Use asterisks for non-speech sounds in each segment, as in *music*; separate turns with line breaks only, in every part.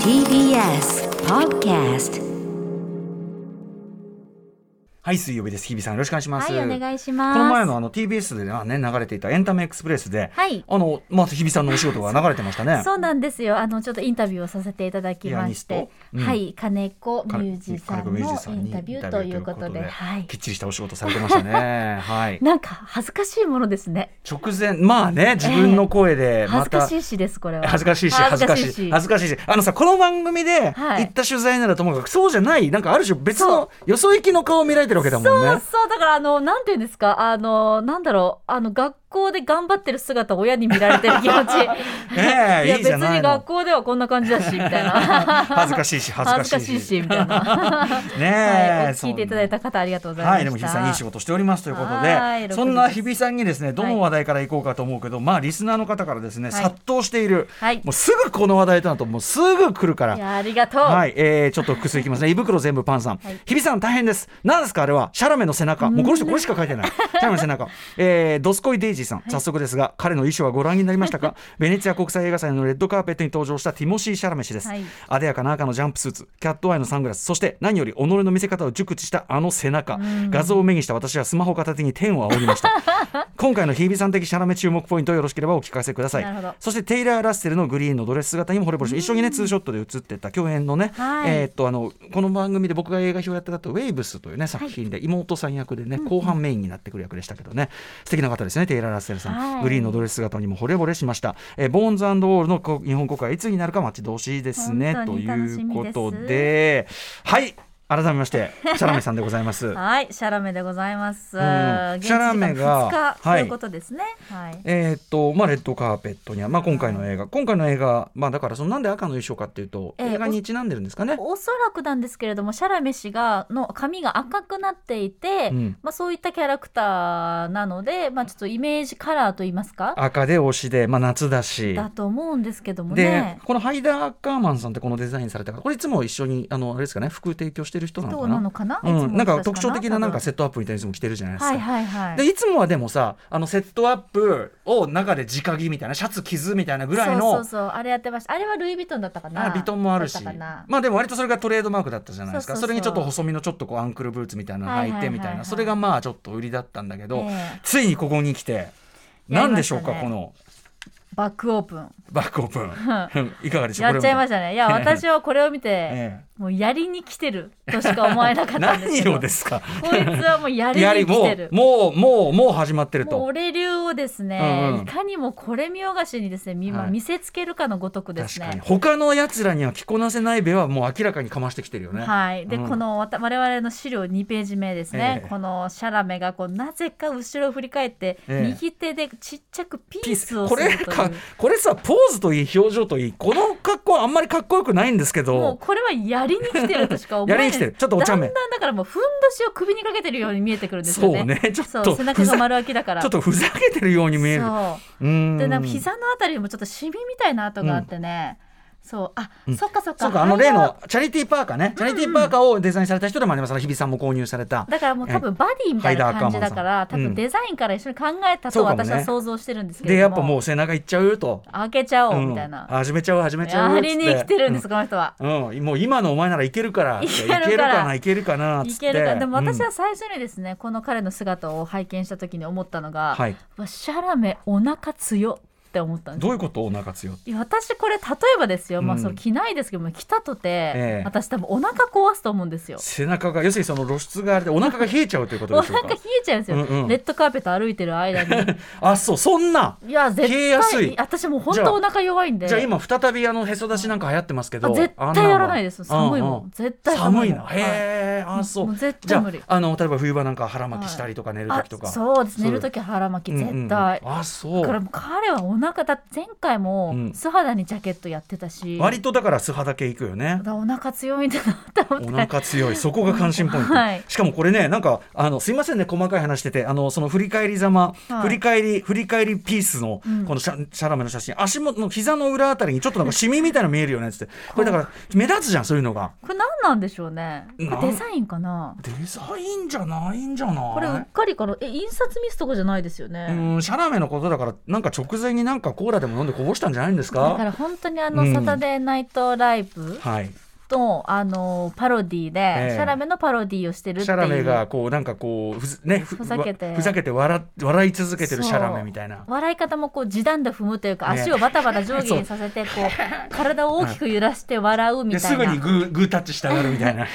TBS Podcast
はい、水曜日です。日比さん、よろしくお願いします。
はいお願いします
この前のあの TBS でね、流れていたエンタメエクスプレスで、
はい
あの、まあ、日比さんのお仕事が流れてましたね。
*laughs* そうなんですよ。あのちょっとインタビューをさせていただきまし
ピアニ
て
ス、トうん
はい、金子ミ
金
ュージさんの
金子
イ
ミュージさんに
ンタビューということで、はい
きっ。ちりしたお仕事されてました
*laughs*
ね。はい。
なんか恥ずかしいものですね。
直前、まあね、自分の声で、
恥
ま
ず
た、
かしいしですこれは。
恥ずかしいし、恥ずかしいし、恥ずかしいし、あのさ、この番組で
はい
行った取材ならともかく、そうじゃない、なんかある種別のよそ行きの顔を見られてるわけだもん
そう
ね。
そうだからあのなんていうんですかあのなんだろうあの学校で頑張ってる姿を親に見られてる気持ち
*laughs* ええ
*laughs* いや
いいじ
別
ゃない
に
の
学。校ではこんな感じだしみたいな
恥ずかしいし、恥ず
*laughs* 恥
か
ず
しいし。
かしいしみたいな、
*laughs* ねえ、
はい、
そん
聞い
な
ていただいた方ありがとうございました
はい、でも日比さんいい仕事しておりますということ
はい
で、
六
そ
十
んな日比さんにですね、どの話題からいこうかと思うけど、まあリスナーの方からですね、
はい
殺到している、
はい
もうすぐこの話題となるともうすぐ来るか
い
ら。
やありがとう、
はい、えー、ちょっと複数いき
*laughs*
ますね。胃袋全部パンさん、
はい
日比さん大変です。なんですかあれは、シャラメの背中。もうこの人これしか書いてない。シャラメの背
*laughs*
中。えー、ドスコイデイジーさん、早速ですが、彼の衣装はご覧になりました
*laughs*
か。ベネツィア国際映画祭のレッドカーペットに登場したティモシー・シャラメ氏です。
はい
艶やかな赤のジャンプスーツキャットアイのサングラスそして何より己の見せ方を熟知したあの背中画像を目にした私はスマホ片手に天を仰ぎました今回の日比さん的シャラメ注目ポイントをよろしければお聞かせくださ
なるほど
いそしてテイラー・ラッセルのグリーンのドレス姿にも惚れ惚れして一緒にねツーショットで写ってた共演のね、
はい
えーっとあのこの番組で僕が映画表やってたと「ウェイブス」というね作品で妹さん役でね後半メインになってくる役でしたけどね素敵な方ですねテイラー・ラッセルさ
は
ん
い
グリーンのドレス姿にも惚れ惚れしましたえーボーンズオールのこ日本公開いつになるか待ち遠しいですですね。
本
と
当に楽し
いう
み
こ
です
とで、はい、改めまして、シャラメさんでございます。
はい、シャラメでございます。
ん
現地
シャラメが
時間2日
はい
ということですね。はい。
えーっとまあ、レッドカーペットには、まあ、今回の映画、今回の映画、まあ、だからそのなんで赤の衣装かっていうと、
えー
映画にちなんでるんですかね。
おそらくなんですけれどもシャラメ氏がの髪が赤くなっていて、
うん
まあ、そういったキャラクターなので、まあ、ちょっとイメージカラーといいますか
赤で推しで、まあ、夏だし。
だと思うんですけども
で
ね。
このハイダー・カーマンさんってこのデザインされた方これいつも一緒にあのあれですかね服提供してる人なの
ど
か
う
な
なのかな、いつ
う
も
ん、な
の
ん
人
か特徴的ななんかセッ
多
トアップみたいないつも着てるじゃないです
分
か、
はいはいはい。
でいつもはでもさあのセットアップを中で直着みたいなシャツ着ずみたいなぐらいの
そうそうそうあれやってましたあれはルイ・ヴィトンだったかな
あビトンもあるし
だったかな
まあでも割とそれがトレードマークだったじゃないですかそ
そうそうそう
れにちょっと細身のちょっとこうアンクルブーツみたいなの
はい
履い
はい
て
はいはい
みたいなそれがまあちょっと売りだったんだけど、
ええ
ついにここに来て
やりましたね
何でしょうか、この
バックオープン
バックオー
*laughs*
プンいかがでしょう
やっちゃいま
し
したねいや私はこれを見て、
え
もうやりに来てるとしか思えなか
え、
ったんです
何
けど
をですか
こいつはもうやり
やり
に来
も
て
う
る。
もうもうもう始まってる
もう
と
俺流をですね、
うんうん
いかにもこれ見よがしにですね、み
はい
見せつけるかのごとくです
確かに
ね。
他のやつらには着こなせないべはもう明らかにかましてきてるよね、
はい、で、
うん
このわた我々の資料2ページ目ですね、
ええ
このシャラメがこうなぜか後ろを振り返って、
ええ
右手でちっちゃくピ
ピ
ー
ース
スをす
こ
るとい
れ
う
かこれさポーズといい表情といいこの格好はあんまりかっこよくないんですけど
もうこれはやりに来てるとしか思えない
やりに来てるちょっとお茶目
だんだんだからもうふんどしを首にかけてるように見えてくるんですよね
そうねちょっと
そう背中が丸開きだから
ちょっとふざけてるように見える。
そう
うーん
でなんか膝のあたりにもちょっとシミみたいな跡があってね、そうあ、そっかそっか
そうかあの例
間
のチャリティーパーカーね、チャリティーパーカーをデザインされた人でもありますから日比さんも購入された
だからもう多分バディみたいな感じだから
ハイダーカーマンさん
多
うん
分デザインから一緒に考えた
そ
と
うかもね
私は想像してるんですけ
で
れ
や
ど
っ
も,、
ぱもう背中いっちゃうと、
開けちゃお
う
うんみたいな、
始めちゃう始めちゃう
や
っつ
りに来てるんです、
う
この人は。
んうんもう今のお前ならいけるからい
い
け
け
る
るから
かないけるかなっつ
い
って
けるかでも私
う
は
ん
最初にですね、この彼の姿を拝見した時に思ったのが、
はいう
わシャラメお腹強って思ったんです
どういうことお腹強い
いや私これ例えばですよ、ま
う
あ
ん
その着ないですけども着たとて、
ええ
私多分お腹壊すと思うんですよ
背中が要するにその露出があれでお腹が冷えちゃうということ
お
でしょう
腹冷
か
えちゃうんですよ、
うんうん
レッドカーペット歩いてる間
*laughs*
に
あそうそんない
や絶対
冷えやすい
私もう本当お腹弱いんで
じゃあ今再びあのへそ出しなんか流行ってますけ
あ
ど
絶
あん
対
の
やらないです寒いもん、
うう
絶対
寒い
も
なんへえあそう
もう絶
じゃ
対無理
ああの例えば冬場なんか腹巻きしたりとか寝る
はい
時とか、
あそうです
そう
寝る時腹巻き
うん
絶
う
対、
んうんあそ
だから
う
もう彼はお腹だって前回
う
も
ん
素肌にジャケットやってたし、
割とだから素肌系いくよね
だからお腹強いんだなって思
お
って
腹強いそこが関心ポイント、
はい
しかもこれねなんかあのすいませんね細かい話しててあのその振り返りざま、
はい
振り返り振り返りピースの
うん
このシャ,、シャラメの写真足元の膝の裏あたりにちょっとなんかシミみたいなの見えるよねっつってこれだから目立つじゃんそういうのが
これ何なんでしょうねこ
なん
れデザインかな
デザインじゃないんじゃない
これうっかりからえ印刷ミスとかじゃないですよね、
うん、シャラメのことだからなんか直前にななんかコーラでも飲んでこぼしたんじゃないんです
だか
から
本当にあの、
うん
サタデーナイトライブ
はい。
と、あのパロディで、
ええ
シャラメのパロディをしてるってい
シ
う。
ャラメがこうなんかこうふざねふ
ふざけて
わふざけて笑っ笑い続けてる
そう
シャラメみたいな。
笑い方もこう時短で踏むというか、
ね
足をバタバタ上
*laughs*
下にさせてこう体を大きく揺らして笑うみ
で
た
す
い
ぐ
な
にグーグータッチしたがるみたい
*laughs*
な。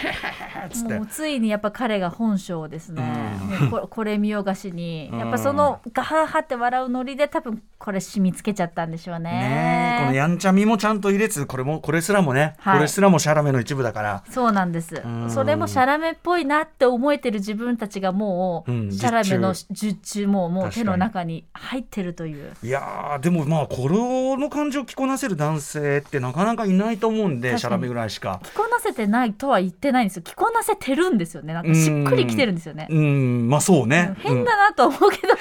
つって
もうついにやっぱ彼が本性ですね、
うん
もうこ *laughs* これ見よがしに、
うん
やっぱそのガハハって笑うノリで多分これ染みつけちゃったんでしょうね
ねえこのやんちゃみもちゃんと入れつつこれもこれすらもね、
はい
これすらもシャラメの一部だから。
そうなんです、
ん
それもシャラメっぽいなって思えてる自分たちがもう、
うん
シャラメの術中ももう
確か
手
に
の中に入ってるという
いやーでもまあこの感情を着こなせる男性ってなかなかいないと思うん
確か
で
に
シャラメぐらいしか。
着こなせてないとは言ってないんですよ着こなせてるんですよねなんかしっくりきてるんですよね
うんまあそうね。
変だなと思うけど、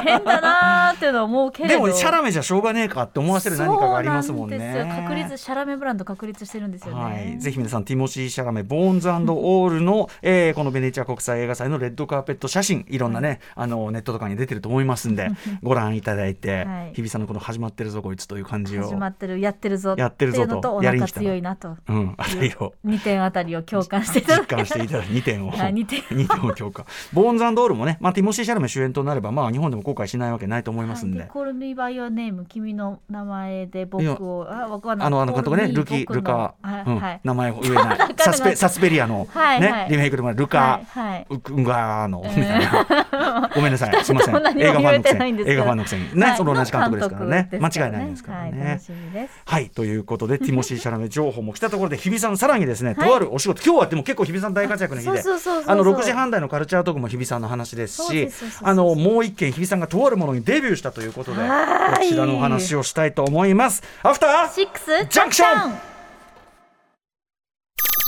変だなーっていうのは思うけ
うん
れ
で
ど
もシャラメじゃしょうがねえかって思わせる何かがありますもんね。
そうなんですよ確立シャラメブランド確立してるんですよね、
はい、ぜひ皆さん、ティモシー・シャラメ、ボーンズオールの、えーこの *laughs* ベネチア国際映画祭のレッドカーペット写真、いろんなね、あのネットとかに出てると思います
*laughs*
んで、ご覧いただいて、
はい
日比さんのこの始まってるぞ、こいつという感じを
始、まってるやってるぞ
やってるぞと
いうのとお
やりに
腹
来た
強いなと
うん、あ
*laughs*
れを
2点あたりを共感していただ
実
け
感していただいて、2点を、
はい二点
*laughs* 二を強化、ボーンズオールもね、まあ、ティモシー・シャラメ主演となれば、まあ、日本でも後悔しないわけないと思いますんで。
コールミーバイオネーム君の名前で僕をあわかんない
あのあの監督ね、
Call me
ルキ、
僕の
ルカ、
はい、
うん
はい
名前を言えな
*laughs* わ
い、サ
かんな
ス
くなっ
ペサスペリアの、
はい
ね
はい
リメイクでもらうルカ、
はいはい、
ううがーの、みたいな。
*laughs*
ごめんなさい、すみません。
とも何も
映画ファンのくせ
言えてないんで
に。
すけ
映
ど
画ファンのくせに。ね、その同じ監督ですからね。
の
間
監督
違いないですから
はい、
ね
楽。しみです
はい、ということ
*laughs*
で、ティモシー・シャラメ情報も来たところで、日比さん、さらにですね、とあるお仕事、今日はでも結構日比さん大活躍の日
そう
で。
そうそうそう
あの6時半台のカルチャートークも日比さんの話です
そう
し
ですそうです、
あのもう一件日比さんがとあるものにデビューしたということで、こ
はーい
ちらのお話をしたいと思います。アフター
シックス
ジャンクション
ン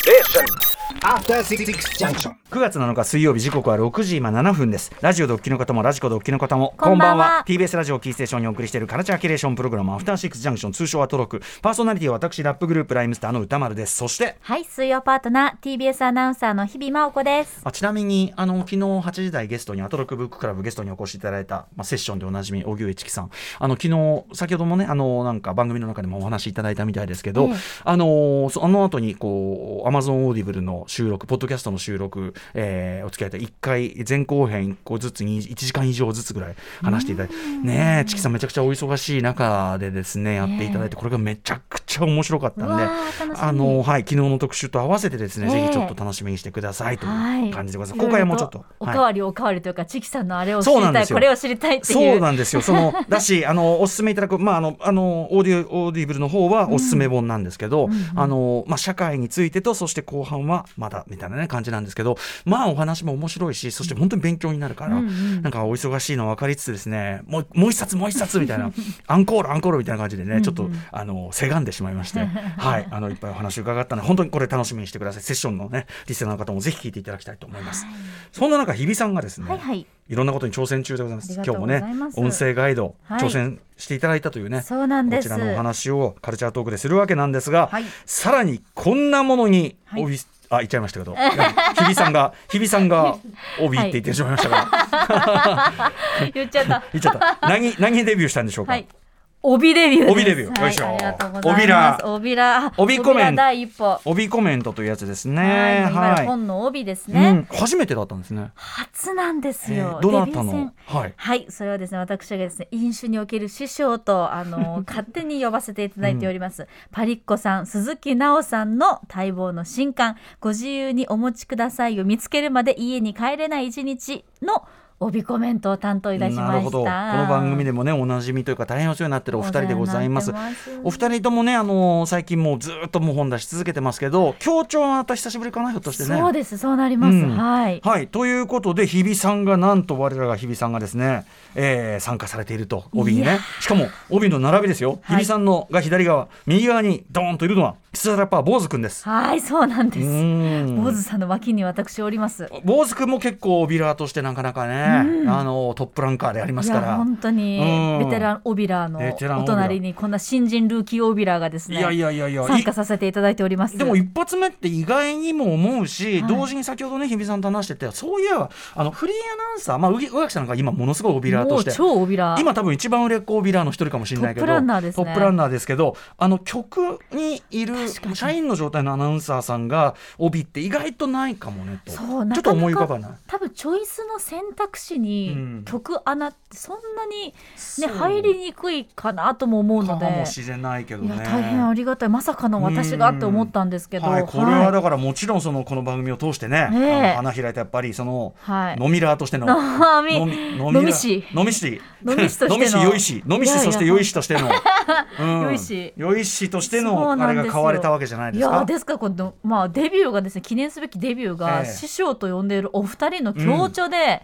After Six Junction.
9月7日水曜日時刻は6時今7分ですラジオドッキの方もラジコドッキの方も
こんばんは
TBS ラジオキーステーションにお送りしているカルチャーキュレーションプログラムアフターシックスジャンクション通称はトロクパーソナリティは私ラップグループライムスターの歌丸ですそして
はい水曜パートナー TBS アナウンサーの日々真央子です
あちなみにあの昨日8時台ゲストにアトロクブッククラブゲストにお越しいただいた、まあ、セッションでおなじみ荻上チキさんあの昨日先ほどもねあのなんか番組の中でもお話しいただいたみたいですけど、
ええ
あのそあの後にこう Amazon オーディブルの収録ポッドキャストの収録、えーお付き合いいただいて1回前後編1個ずつに1時間以上ずつぐらい話していただいてねえチキさんめちゃくちゃお忙しい中でですねやっていただいてこれがめちゃくちゃ面白かったんで
うわー楽しみ
あのはい昨日の特集と合わせてですね、
ええ
ぜひちょっと楽しみにしてくださいと
はいいう
感じでございます。今回はもうちょっと。
お
はい
かわりおかわりというか、チキさんのあれを知
そうな
り
ん
た
で
い、
すよ
これを知りたいっていう。
そうなんですよ。そ
*laughs*
のだし、あのおすすめいただく、まああのあのオーディオオーディブルの方はおすすめ本なんですけど、あのまあ社会についてとそして後半はまだみたいなね感じなんですけど、まあお話も面白いし、そして本当に勉強になるから、
うんうん
なんかお忙しいの分かりつつですね、もうもう一冊もう一冊みたい
*laughs*
なアンコールアンコールみたいな感じでね、ちょっとあのせがんでしまいま
*laughs*
して、はいあのいっぱいお話伺ったので本当にこれ楽しみにしてください。セッションのねリスナーの方もぜひ聞いていただきたいと思います。そんな中日比さんがですね、
はい
*laughs*
はい
いろんなことに挑戦中でございます。
ありが
今
と
日
う
も
ござい
ね
ます、
音声ガイド、
はい
挑戦していただいたというね、
そうなんです
こちらのお話をカルチャートークでするわけなんですが、
はい
さらにこんなものに
い
帯、あ、言っちゃいましたけど、いや日比さんが、
*laughs*
日比さんが帯って言ってしまいましたが、
言っちゃった。
言っちゃった。何、何デビューしたんでしょうか。
はい。帯デビューです。
帯デビュー
は
よいしょ
ありがとうございます。
帯ら
帯ら。あ
帯コメン
ら第一歩。
帯コメントというやつですね。
はい。今の
は
本の帯です
い。
ね。
うん、初めてだったんですね。
初なんです
え
よ。
ーどな
デビ
た
ュー
の
戦、
はい。
はい、それはですね、私がですね、飲酒における師匠と、あの、
*laughs*
勝手に呼ばせていただいております。パリッコさん、鈴木奈緒さんの待望の新刊、ご自由にお持ちくださいを見つけるまで家に帰れない一日の帯コメントを担当いたしました。
なるほどこの番組でもねおなじみというか大変お世話になってるお二人でございます
お世話になってます
お二人ともねあのー最近もうずーっともう本出し続けてますけど協調はまた久しぶりかなひょっとしてね
そうです、そうなりま
う
す。
ん
はい。
はいということで日比さんがなんと我らが日比さんがですね、えー参加されていると帯に
いや
ねしかも帯の並びですよ、
はい
日比さんのが左側右側にドーンといるのはスラッパー坊主くんです。
はい、そうなんで
う
す。
ーん
坊主さんの脇に私おります。
坊主くんも結構オビラーとしてなかなかね、あのトップランカーでありま
い
すか
や
ら。
本当
うん
にベテランオビラーの
ベテランオ
お
ビラー
隣にこんな新人ルーキーオビラーがです
い
ね
やいやいやいや。
参加させていただいております
でも一発目って意外にも思うし、
はい
同時に先ほどね日比さんと話しててそういえばあのフリーアナウンサー、まあ、宇木宇垣さんが今ものすごいオビラーと
も
し
う
て
超オビラー
今多分一番売れっ子オビラーの一人かもしれないけど
トップランナーですね
トップランナーですけどあの局にいる
確かに
社員の状態のアナウンサーさんが帯って意外とないかもねと
そう
ちょっと思い浮かばない。
多分チョイスの選択肢
うん
に曲穴ってそんなに、ね
そう
入りにくいかなとも思うので
かもしれないけど
い
ね。
や大変ありがたいまさかの私がって思ったんですけど、
はい、これは
はい
だからもちろんそのこの番組を通してね、
ねえ
あの花開いたやっぱりその、
はい
飲みラーとして
*laughs*
の
飲み
飲
飲み師
飲み師
飲み師としての
飲み師よいし飲み
いやい
師
や
そしてよいしとして
*laughs*
のうん
よいし
よいしとして
そう
の
な
あ
ん
れ
です
が
よ
買われたわけじゃない
い
です
や
か
ー。ですからこの、まあ、デビューがですね記念すべきデビュー
え
が、
え
師匠と呼んでいるお二人の強調で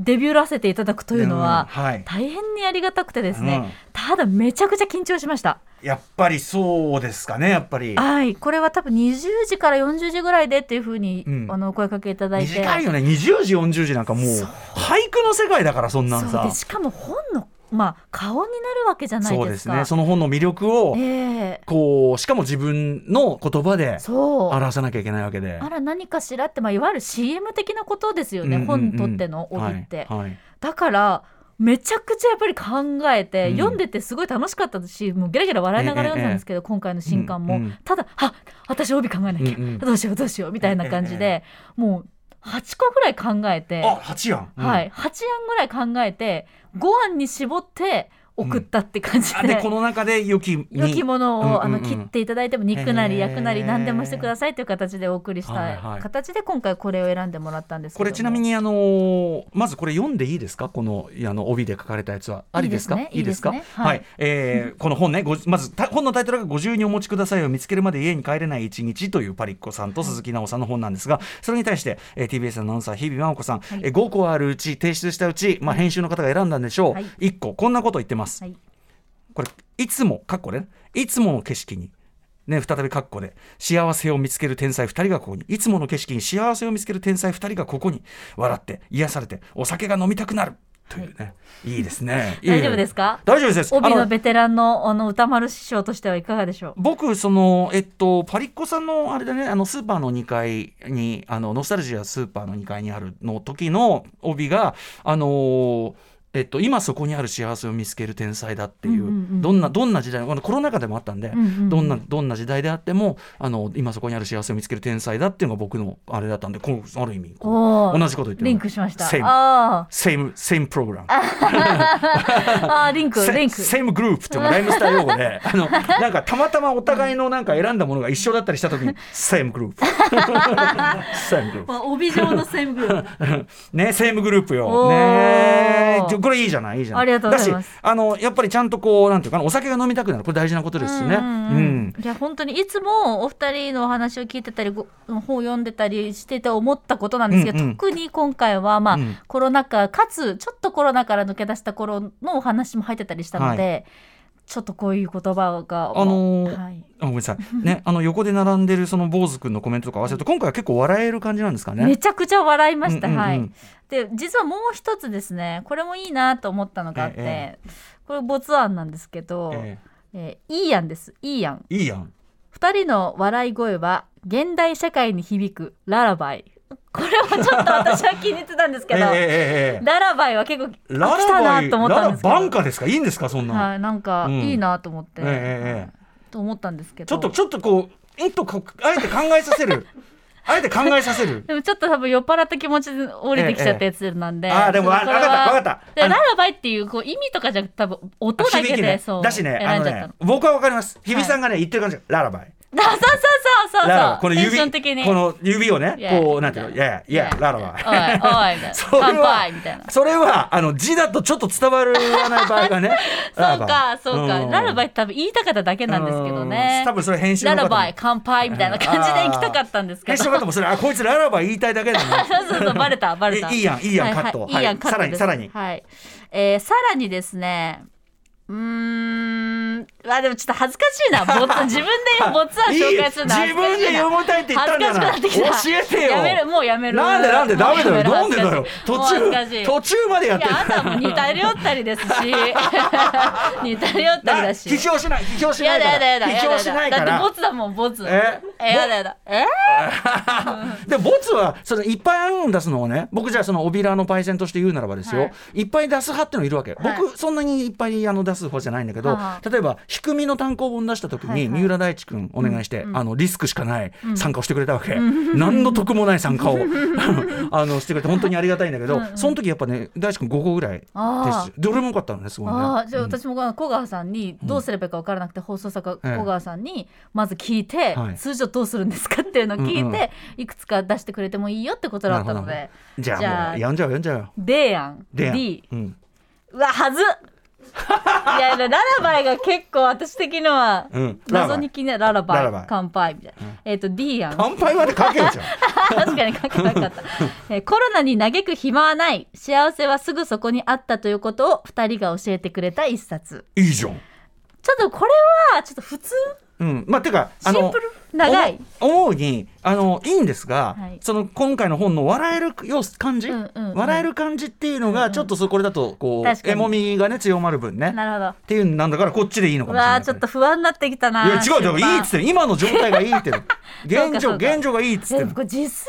デビューらせていただくというのは、
うんはい
大変にありがたくてですね、
うん
ただめちゃくちゃ緊張しました。
やっぱりそうですかねやっぱり
はい、これは多分20時から40時ぐらいでっていうふうに、
うん
あのお声かけいただいて
短いよね20時40時なんかもう俳句の世界だからそんなん
そう
さ
でしかも本の、まあ、顔になるわけじゃない
そう
で
ですす
か。
ねその本の魅力を
ええ
こうしかも自分の言葉で
そう
表さなきゃいけないわけで。
あら何かしらって、まあ、いわゆる CM 的なことですよね、
うんうんうん
本取っての帯って。
はいはい
だからめちゃくちゃやっぱり考えて、
うん
読んでてすごい楽しかったしもうゲラゲラ笑いながら読んだんですけど、今回の新刊も、
うんうん
ただ「あ私帯考えなきゃ、
うんうん
どうしようどうしよう」みたいな感じで、もう8個ぐらい考えて、
あ八やん、うん
はい、8案ぐらい考えて5案に絞って送ったって感じ
あ
で。
でこの中で良きに
*laughs* 良きものを、
うんうんうん
あの切っていただいても肉なり焼くな
へ
り
ー
何でもしてくださいという形でお送りし
はいは
た
い
形で今回これを選んでもらったんですけど
こ
も
れちなみにあのーまずこれ読んでいいですかこのあの帯で書かれたやつはありですか
いいですね
い
い
い
い
で
ですす
か
ね
は
はい
い、えーこの本ねごまずた本のタイトルが「50にお持ちください」を見つけるまで家に帰れない一日というパリッコさんと鈴木奈緒さんの本なんですがそれに対して、えー TBS アナウンサー日比真央子さん、えー5個あるうち提出したうち、まあ、編集の方が選んだんでしょう、
はい
1個こんなこと言ってます、
はい
これいつもかっこねいつもの景色にね再びかっこで幸せを見つける天才2人がここにいつもの景色に幸せを見つける天才2人がここに笑って癒されてお酒が飲みたくなるというね、い、いですねいい
大丈夫ですか
大丈夫です
帯
あ
の
の
ベテランのあの歌丸師匠としてはいかがでしょう
僕そのえっとパリッコさんのあれだねあのスーパーの2階にあのノスタルジアスーパーの2階にあるの時の帯があのーえっと、今そこにある幸せを見つける天才だっていう,、
うんうんうん
どんなどんな時代あのコロナ禍でもあったんで、
んうんうん
どんなどんな時代であってもあの今そこにある幸せを見つける天才だっていうのが僕のあれだったんでこうある意味こ
お
う
ー
同じこと言ってる
リンクしました。
セイム
あ
セイムセイムプログラム
ーあー、リンク、リンク。
セイムグループっていうのがライムスター用語
*laughs*
であのなんかたまたまお互いのなんか選んだものが一緒だったりした時にセイムグ
*laughs*
ループセイムグループ
まあ帯状のセイムグループ
ねセイムグループよ
おー
ねちょこれいいじゃないいいじゃない
ありがとうございます
だしあのやっぱりちゃんとこうなんていうかなお酒が飲みたくなるこれ大事なことですよね
うんうんうんいや本当にいつもお二人のお話を聞いてたりご本を読んでたりしてて思ったことなんですけど、
うんうん
特に今回は、まあ
うん
コロナ禍かつちょっとコロナから抜け出した頃のお話も入ってたりしたので、ちょっとこういう言葉が、
あのー
はい、
あごめんなさい。ね、あの横で並んでるその坊主くんのコメントとか合わせると、今回は結構笑える感じなんですかね。
めちゃくちゃ笑いました、
うんうんうん
はいで実はもう一つですねこれもいいなと思ったのがあって、
え
これ没案なんですけど、え
え
ーいいやんですいいやん
えいいやん。
二人の笑い声は現代社会に響くララバイこれはちょっと私は気に入ってたんですけ
え
ど、
ええええ
ララバイは結構
えラ
あ来たなと思ったんですけど
ララバンカですか。いいんですか、そんなの。
はい、なんか
うん
いいなと思って、
えええええ
と思ったんですけ
ちょ
ど
っと、ちょっとこう、えっと、こうあえて考えさせ
*laughs*
る。あえて考えさせる。
でもちょっと多分酔っ払った気持ちで降りてきちゃったやつなんで。
ええええあーでもわ
ちょっとこれは
わかったわかった
で
あの
ララバイっていうこう意味とかじゃなくて多分音だけ
響
で、
きね
そう。
だしね、あ
選ん
の
じゃった
ね
の。、
僕はわかります。日比さんがね、言ってる感じ、ララバイ。
あそうそうそうそう
ララ
そ
バイこの
う。テン
指、
ション的に。
この指をね、
Yeah
こう、なんていうの、いやいや、ララバイ。
おいおいみたい
*laughs*
な。
それは
乾杯みたいな。
それはあの字だとちょっと伝わらない場合がね
*laughs* そうかそうか。ララバイ
イ
って多分言いたかっただけなんですけどね
うん。多分それ編集の
ラ
方も
ラバイ乾杯みたいな感じで行きたかったんですけ
編
ど。
集の方もそれあこいつララバイ言いたいだけだな
*laughs* そうそうそうバレたバレた。
えいいやんいいやん
はは
カット
いいや
は
ん
い
カットです
さらにさらに
はい。えーさらにですね。うーんあでもちょっと恥ずかしいな
*laughs*
ボツ自分でボツは紹介するの恥
自
ずか
分
しい
で
な
読みたいって言ったんだな
恥ずかしくなってきた
教えてよ
やめるもうやめる
なんでなんでダメだよ
も
なん
う
で
やめる
だよ途
恥ずかしい
中途中までやっ
い
てる
やあんたも似たり寄ったり
*laughs*
ですし *laughs* 似たり寄ったり
な
だし
批評しない批評しな
や
い
だ
か
やだや
ら
だや
批
だ
評しないか
だってボ
ら
ツだもんボツ
え
えやだやだえ
でボツはそのいっぱい案出すのをね僕じゃあそのオビラのパイセンとして言うならばですよ、
は
い、
い
っぱい出す派っていうのいるわけ、
はい
僕そんなにいっぱいあの出す方じゃないんだけど、
は
例えば低みの単行本出した時
はい
に
はい
三浦大知君お願いして、あのリスクしかない参加をしてくれたわけ、何の得もない参加
*laughs*
をあのしてくれて本当にありがたいんだけど、その時やっぱね大知君5個ぐらいで
あ
すどれも良かったのねすごいね。
ああじゃあ
うん
私も小川さんにどうすればいいか分からなくて、放送作
え
家
え
小川さんにまず聞いて、
はい
通常どうするんですかっていうのを聞いて、
うんうん
いくつか出してくれてもいいよってことだったの
なる
で
じゃあ
じゃあ
もうやんじゃうやんじゃうよ。
「でやん」「
でやん
D
うん」
うわは
*laughs*
ずいやいやララバイが結構私的には
うん
謎に気になるララバイ
ララバイ
乾杯みたいな、えっ、と D やん
乾杯までかけるじゃん。
*laughs* 確かに書けなか
*laughs*
った、えーコロナに嘆く暇はない幸せはすぐそこにあったということを2人が教えてくれた一冊
いいじゃん。
ちょっとこれはちょっと普通
うん、まあてか
シンプル長い
思う思うにあのいいんですが、
はい
その今回の本の笑える様子感じ、
うんうんうん
笑える感じっていうのがちょっとそこれだとこ
確
う
かに
えもみがね強まる分ね
なるほど
っていうのなんだからこっちでいいのか
う
もしれ
わ
な
あ
い
ちょっと不安になってきたない
や違うだからいいっつってる今の状態がいいってる現状
*laughs* そうかそうか
現状がいいっつっ
で
て
も
る
これ字数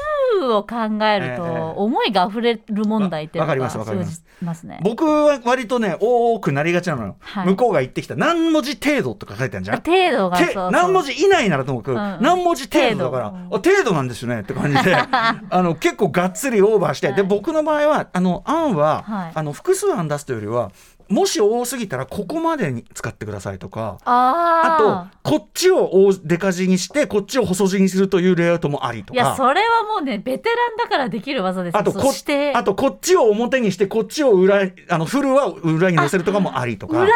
を考える
ええええ
と思いが溢れる問題っていうの
わわか
が
りますわかり
生
ま
じ
す
ますね
僕は割とね多くなりがちなのよ、
はい
向こうが言ってきた何文字程度とか書いてあるじゃん
あ程度がそう
て
そう
何文字以内ならともかく、
んうん
何文字程度だから、あ程度なんですよねって感
*laughs*
じであの結構がっつりオーバーして、で僕の場合はあの案は、
はい
あの複数案出すというよりはもし多すぎたらここまでに使ってくださいとか。あ
ああ
とこっちを大デカ字にしてこっちを細字にするというレイアウトもありと
いや
か
それはもうねベテランだからできる技ですよ
あと
そ
こ
うして
あとこっちを表にしてこっちを裏あのフルは裏に載せるとかもありとか
裏と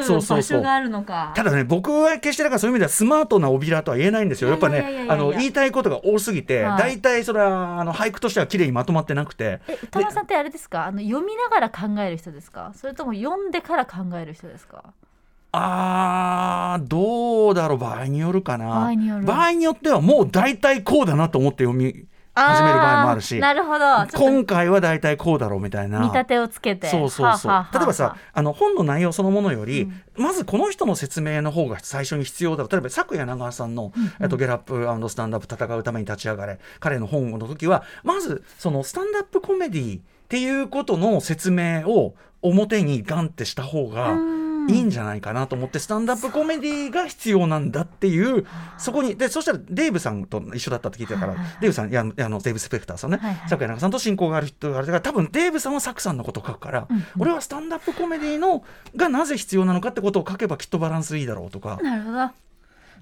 い
そううそ
場
うそう
所があるのか
ただね僕は決してだからそういう意味ではスマートなおびらとは言えないんですよやっぱ
いやいやいや
ね
いや
あの言いたいことが多すぎて
はい
大体それはあの俳句としては綺麗にまとまってなくて
え歌丸さんってあれですかあの読みながら考える人ですかそれとも読んでから考える人ですか
あーどうだろう場合によるかな
場合による
場合によってはもう大体こうだなと思って読み始める場合もあるし
ーなるほどちょっ
今回は大体こうだろうみたい
と
な
見立てをつけて
そうそうそう
はあはあはあ
例えばさあの本の内容そのものより、まずこの人の説明の方が最初に必要だろう例えば昨夜長谷さんの、えっと「ゲラップスタンダップ戦うために立ち上がれ」彼の本の時はまずそのスタンダップコメディっていうことの説明を表にガンってした方がいいんじゃないかなと思ってスタンダップコメディが必要なんだっていうそこにでそしたらデーブさんと一緒だったって聞いてたからデーブさんいやあのデーブ・スペクターさんね
はいはい
昨夜長さんと親交がある人があるから多分デーブさんはサクさんのことを書くから、俺はスタンダップコメディのがなぜ必要なのかってことを書けばきっとバランスいいだろうとか。
なるほど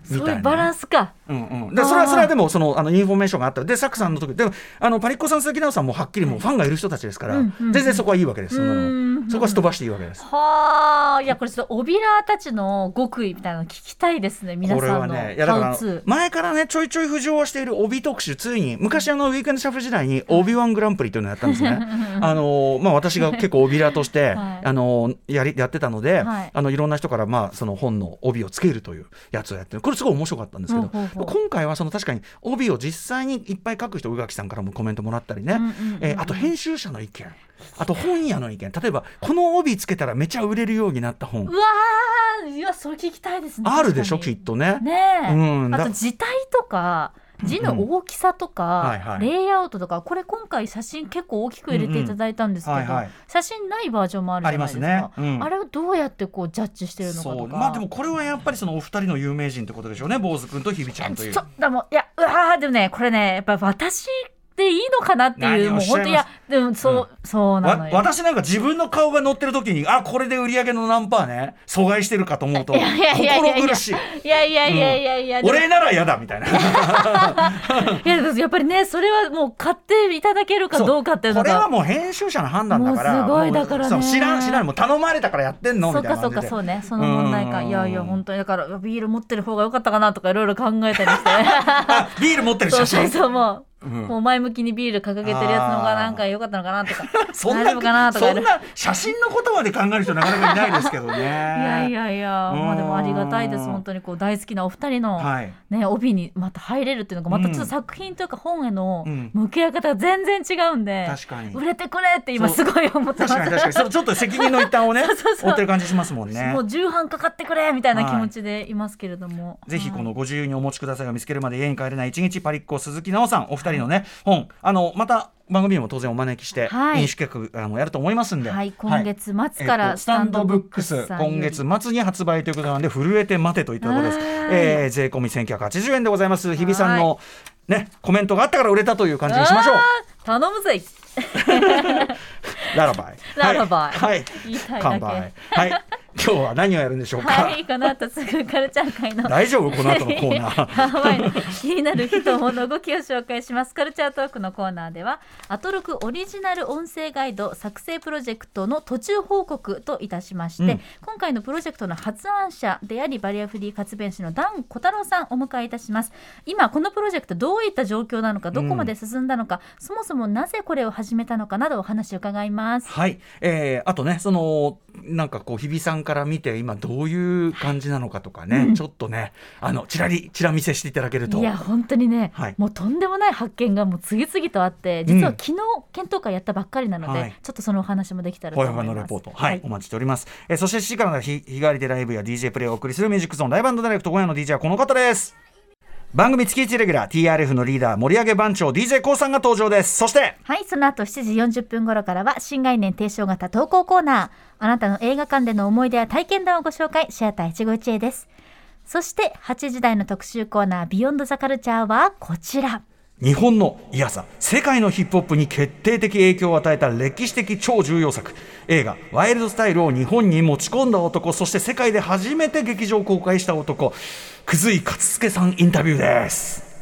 み
そう
たい
い
うな
バランスか
うんうん、でそれ
あ
は
ー
それはでもそのあのインフォメーションがあったらでサクさんの時でもあのパリッコさん鈴木奈々さんもはっきりもうファンがいる人たちですから、
うんうんうん
全然そこはいいわけですそんなの
うん
そこはすっ飛ばしていいわけです。
はあいやこれちょっとオビラーたちの極意みたいなの聞きたいですね皆
これ
さ
は
んのハ
ね、いやだから
ウツー
前からね、ちょいちょい浮上はしている帯特集、ついに、昔あの、ウィークエンドシャッフル時代に、オビワングランプリというのをやったんです
*laughs*
ね。あのー、まあ私が結構帯ラとして、
はい
あのー、やり、やってたので、
はい
あの、いろんな人から、まあ、その本の帯をつけるというやつをやってるこれすごい面白かったんですけど、
ほうほうほう
今回はその確かに帯を実際にいっぱい書く人、宇垣さんからもコメントもらったりね、
んうんうんうん
えーあと編集者の意見。あと本屋の意見例えばこの帯つけたらめちゃ売れるようになった本
うわーいやそれ聞きたいですね
あるでしょ
確か
き
に
っとね。
ねえ、
うん
あ
だ
と字体とか字の大きさと
うんはい
か、
はい
レイアウトとかこれ今回写真結構大きく入れていただいたんですけど、
うんうんはいはい
写真ないバージョンもあるじゃないですか
ありますねうん
あれをどうやってこうジャッジしてるのかと
そ
か
うまあでもこれはやっぱりそのお二人の有名人ってことでしょうね坊主君とひびちゃんという
ちょっともういやうわーでもねこれねやっぱ私でいいのかなっていう
何を
も
お
う
っし
本
ゃいます
当いやでもそう、そうなの
わ
よ
私なんか自分の顔が乗ってる時にあこれで売り上げの何パーね阻害してるかと思うと
*laughs* いやいやいやいや
心
い
苦しい
やいやいやいやいや、でも
俺なら嫌だみたいな
いやでもやっぱりねそれはもう買っていただけるか *laughs* どうかっていう
そ
の
これ
が
はもう編集者の判断だから
もうすごい
もう
だからね
そう知らん知らんもう頼まれたからやってんの
そ
み
う
たい
か
な
そう
感じで
かそうねその問題か
うん
いやいや本当にだからビール持ってる方が良かったかなとかいろいろ考えたりして
あビール持ってる
そう
写
そう
真
そうも
うん
もう前向きにビール掲げてるやつの方がなんか良かったのかなとか
*laughs* そん
大丈夫かな
な
とか
そ
いろ
ん
いろ
な写真のことまで考える人なかなかいないですけどね。い
*laughs* いやいやいやまあでもありがたいで
う
す
ん
本当にこう大好きなお二人の、
はい。
ね、帯にまた入れるっていうのがまたちょ
うん
っと作品というか本への
うん
向き合い方が全然違うんで、
確かに。
売れてくれって今すごい思って
確
ます
かに確かに。そちょっと責任の一端をね、
*laughs* そうそうそう
負ってる感じしますもんね。
もう重版かかってくれみたいな気持ちでいますけれども、
ぜひこのご自由にお持ちくださいが見つけるまで家に帰れない一日パリッコ鈴木奈緒さんお二人のね本あのまた番組にも当然お招きして
はい
飲酒企画あのやると思いますんで、
はい今月末か
えっ
ら
とスタンドブックス
さんより
今月末に発売ということなんで震えて待てといったところです、
はい
えー税込み1980円でございます日比さん
は
のねコメントがあったから売れたという感じにしましょう
あー頼むぜ
ララバイ
*laughs* ララバイ
はい、
言いたいだ
乾
け
杯はい今日は何をやるんでしょうか、
はいこの後すぐカルチャー界の
大丈夫この後のコーナー
*laughs* ハワイの気になる人物動きを紹介しますカルチャートークのコーナーではアトロクオリジナル音声ガイド作成プロジェクトの途中報告といたしまして、
うん
今回のプロジェクトの発案者でありバリアフリー活弁士のダン小太郎さんをお迎えいたします今このプロジェクトどういった状況なのかどこまで進んだのか、そもそもなぜこれを始めたのかなどお話を伺います
はい、えー、あとねそのなんかこう日比さんから見て今どういう感じなのかとかね、ちょっとねあのちらりちら見せしていただけると
いや本当にね、
はい
もうとんでもない発見がもう次々とあって実は昨日検討会やったばっかりなので、
はい
ちょっとそのお話もできたらと
ほ
思
や
い
ほやの
ます。
レポート、はい、お待ちしております。えーそして7時からの日日替わりでライブや DJ プレイをお送りするミュージックゾーンライブダイレクト今夜の DJ はこの方です。番組月1レギュラー TRF のリーダー森上番長 d j k o さんが登場です。そして
はい、その後7時40分頃からは新概念提唱型投稿コーナー。あなたの映画館での思い出や体験談をご紹介、シアター一期一会です。そして8時台の特集コーナー、ビヨンドザカルチャーはこちら。
日本のいやさ世界のヒップホップに決定的影響を与えた歴史的超重要作映画「ワイルドスタイル」を日本に持ち込んだ男そして世界で初めて劇場公開した男葛井勝助さんインタビューです。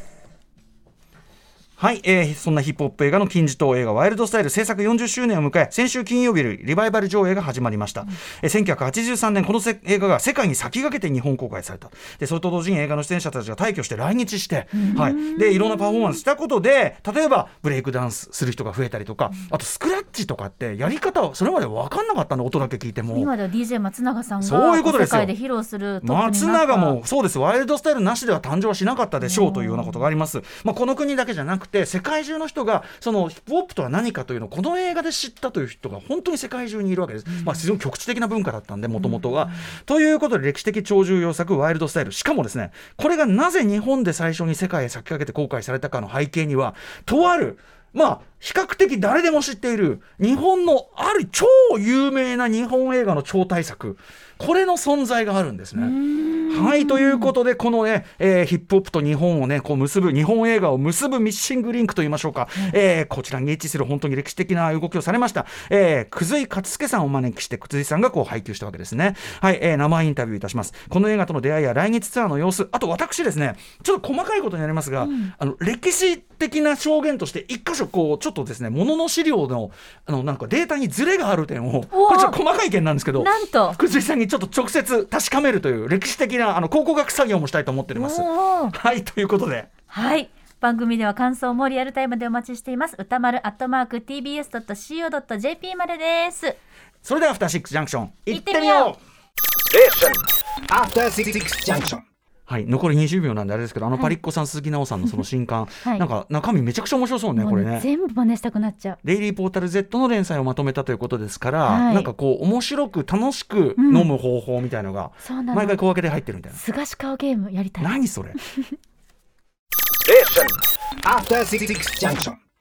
はい、えーそんなヒップホップ映画の金字塔映画「ワイルドスタイル」制作40周年を迎え先週金曜日よりリバイバル上映が始まりました、えー1983年このせ映画が世界に先駆けて日本公開されたでそれと同時に映画の出演者たちが退去して来日して、はい、でいろんなパフォーマンスしたことで例えばブレイクダンスする人が増えたりとかあとスクラッチとかってやり方はそれまで分かんなかったの音だけ聞いても。
今では DJ 松永さんが
そういうことですよ
世界で披露するトップ
松
になった
永もそうですワイルドスタイルなしでは誕生はしなかったでしょうというようなことがあります、まあ、この国だけじゃなくて世界中の人がそのヒップホップとは何かというのをこの映画で知ったという人が本当に世界中にいるわけです、まあ、非常に局地的な文化だったんでもともとは、ということで歴史的超重要作「ワイルドスタイル」しかもですねこれがなぜ日本で最初に世界へ先駆けて公開されたかの背景にはとあるまあ、比較的誰でも知っている日本のある超有名な日本映画の超大作これの存在があるんですね。はいということでこのね、えーヒップホップと日本をねこう結ぶ日本映画を結ぶミッシングリンクと言いましょうか、えーこちらに位置する本当に歴史的な動きをされました、えー、葛井勝助さんをお招きして葛井さんがこう配給したわけですねはい、えー生インタビューいたしますこの映画との出会いや来日ツアーの様子あと私ですねちょっと細かいことになりますが、あの歴史的な証言として一箇所こうちょっとですねものの資料のあのなんかデータにズレがある点を
おお
これちょっと細かい件なんですけど
なんと
福井さんにちょっと直接確かめるという歴史的なあの考古学作業もしたいと思っております。
おー
はいということで
はい。番組では感想もリアルタイムでお待ちしています。歌丸アットマーク tbs.co.jp までです。
それでは「アフターシックスジャンクション」
行
行
っ
っててみ
みよ
よう
After Six Junction.
はい残り20秒なんであれですけどあのパリッコさん、鈴木奈緒さんのその新刊、
*laughs* はい
なんか中身めちゃくちゃ面白そうね
も
こ
う
れ
ね
ね。
全部真似したくなっちゃう。
デイリーポータル Z の連載をまとめたということですから、
はい
なんかこう面白く楽しく飲む方法みたいのが、
そうなの
毎回小分けで入ってるみたいな。
すがし顔ゲームやりたい。
何それ
After Six Junction.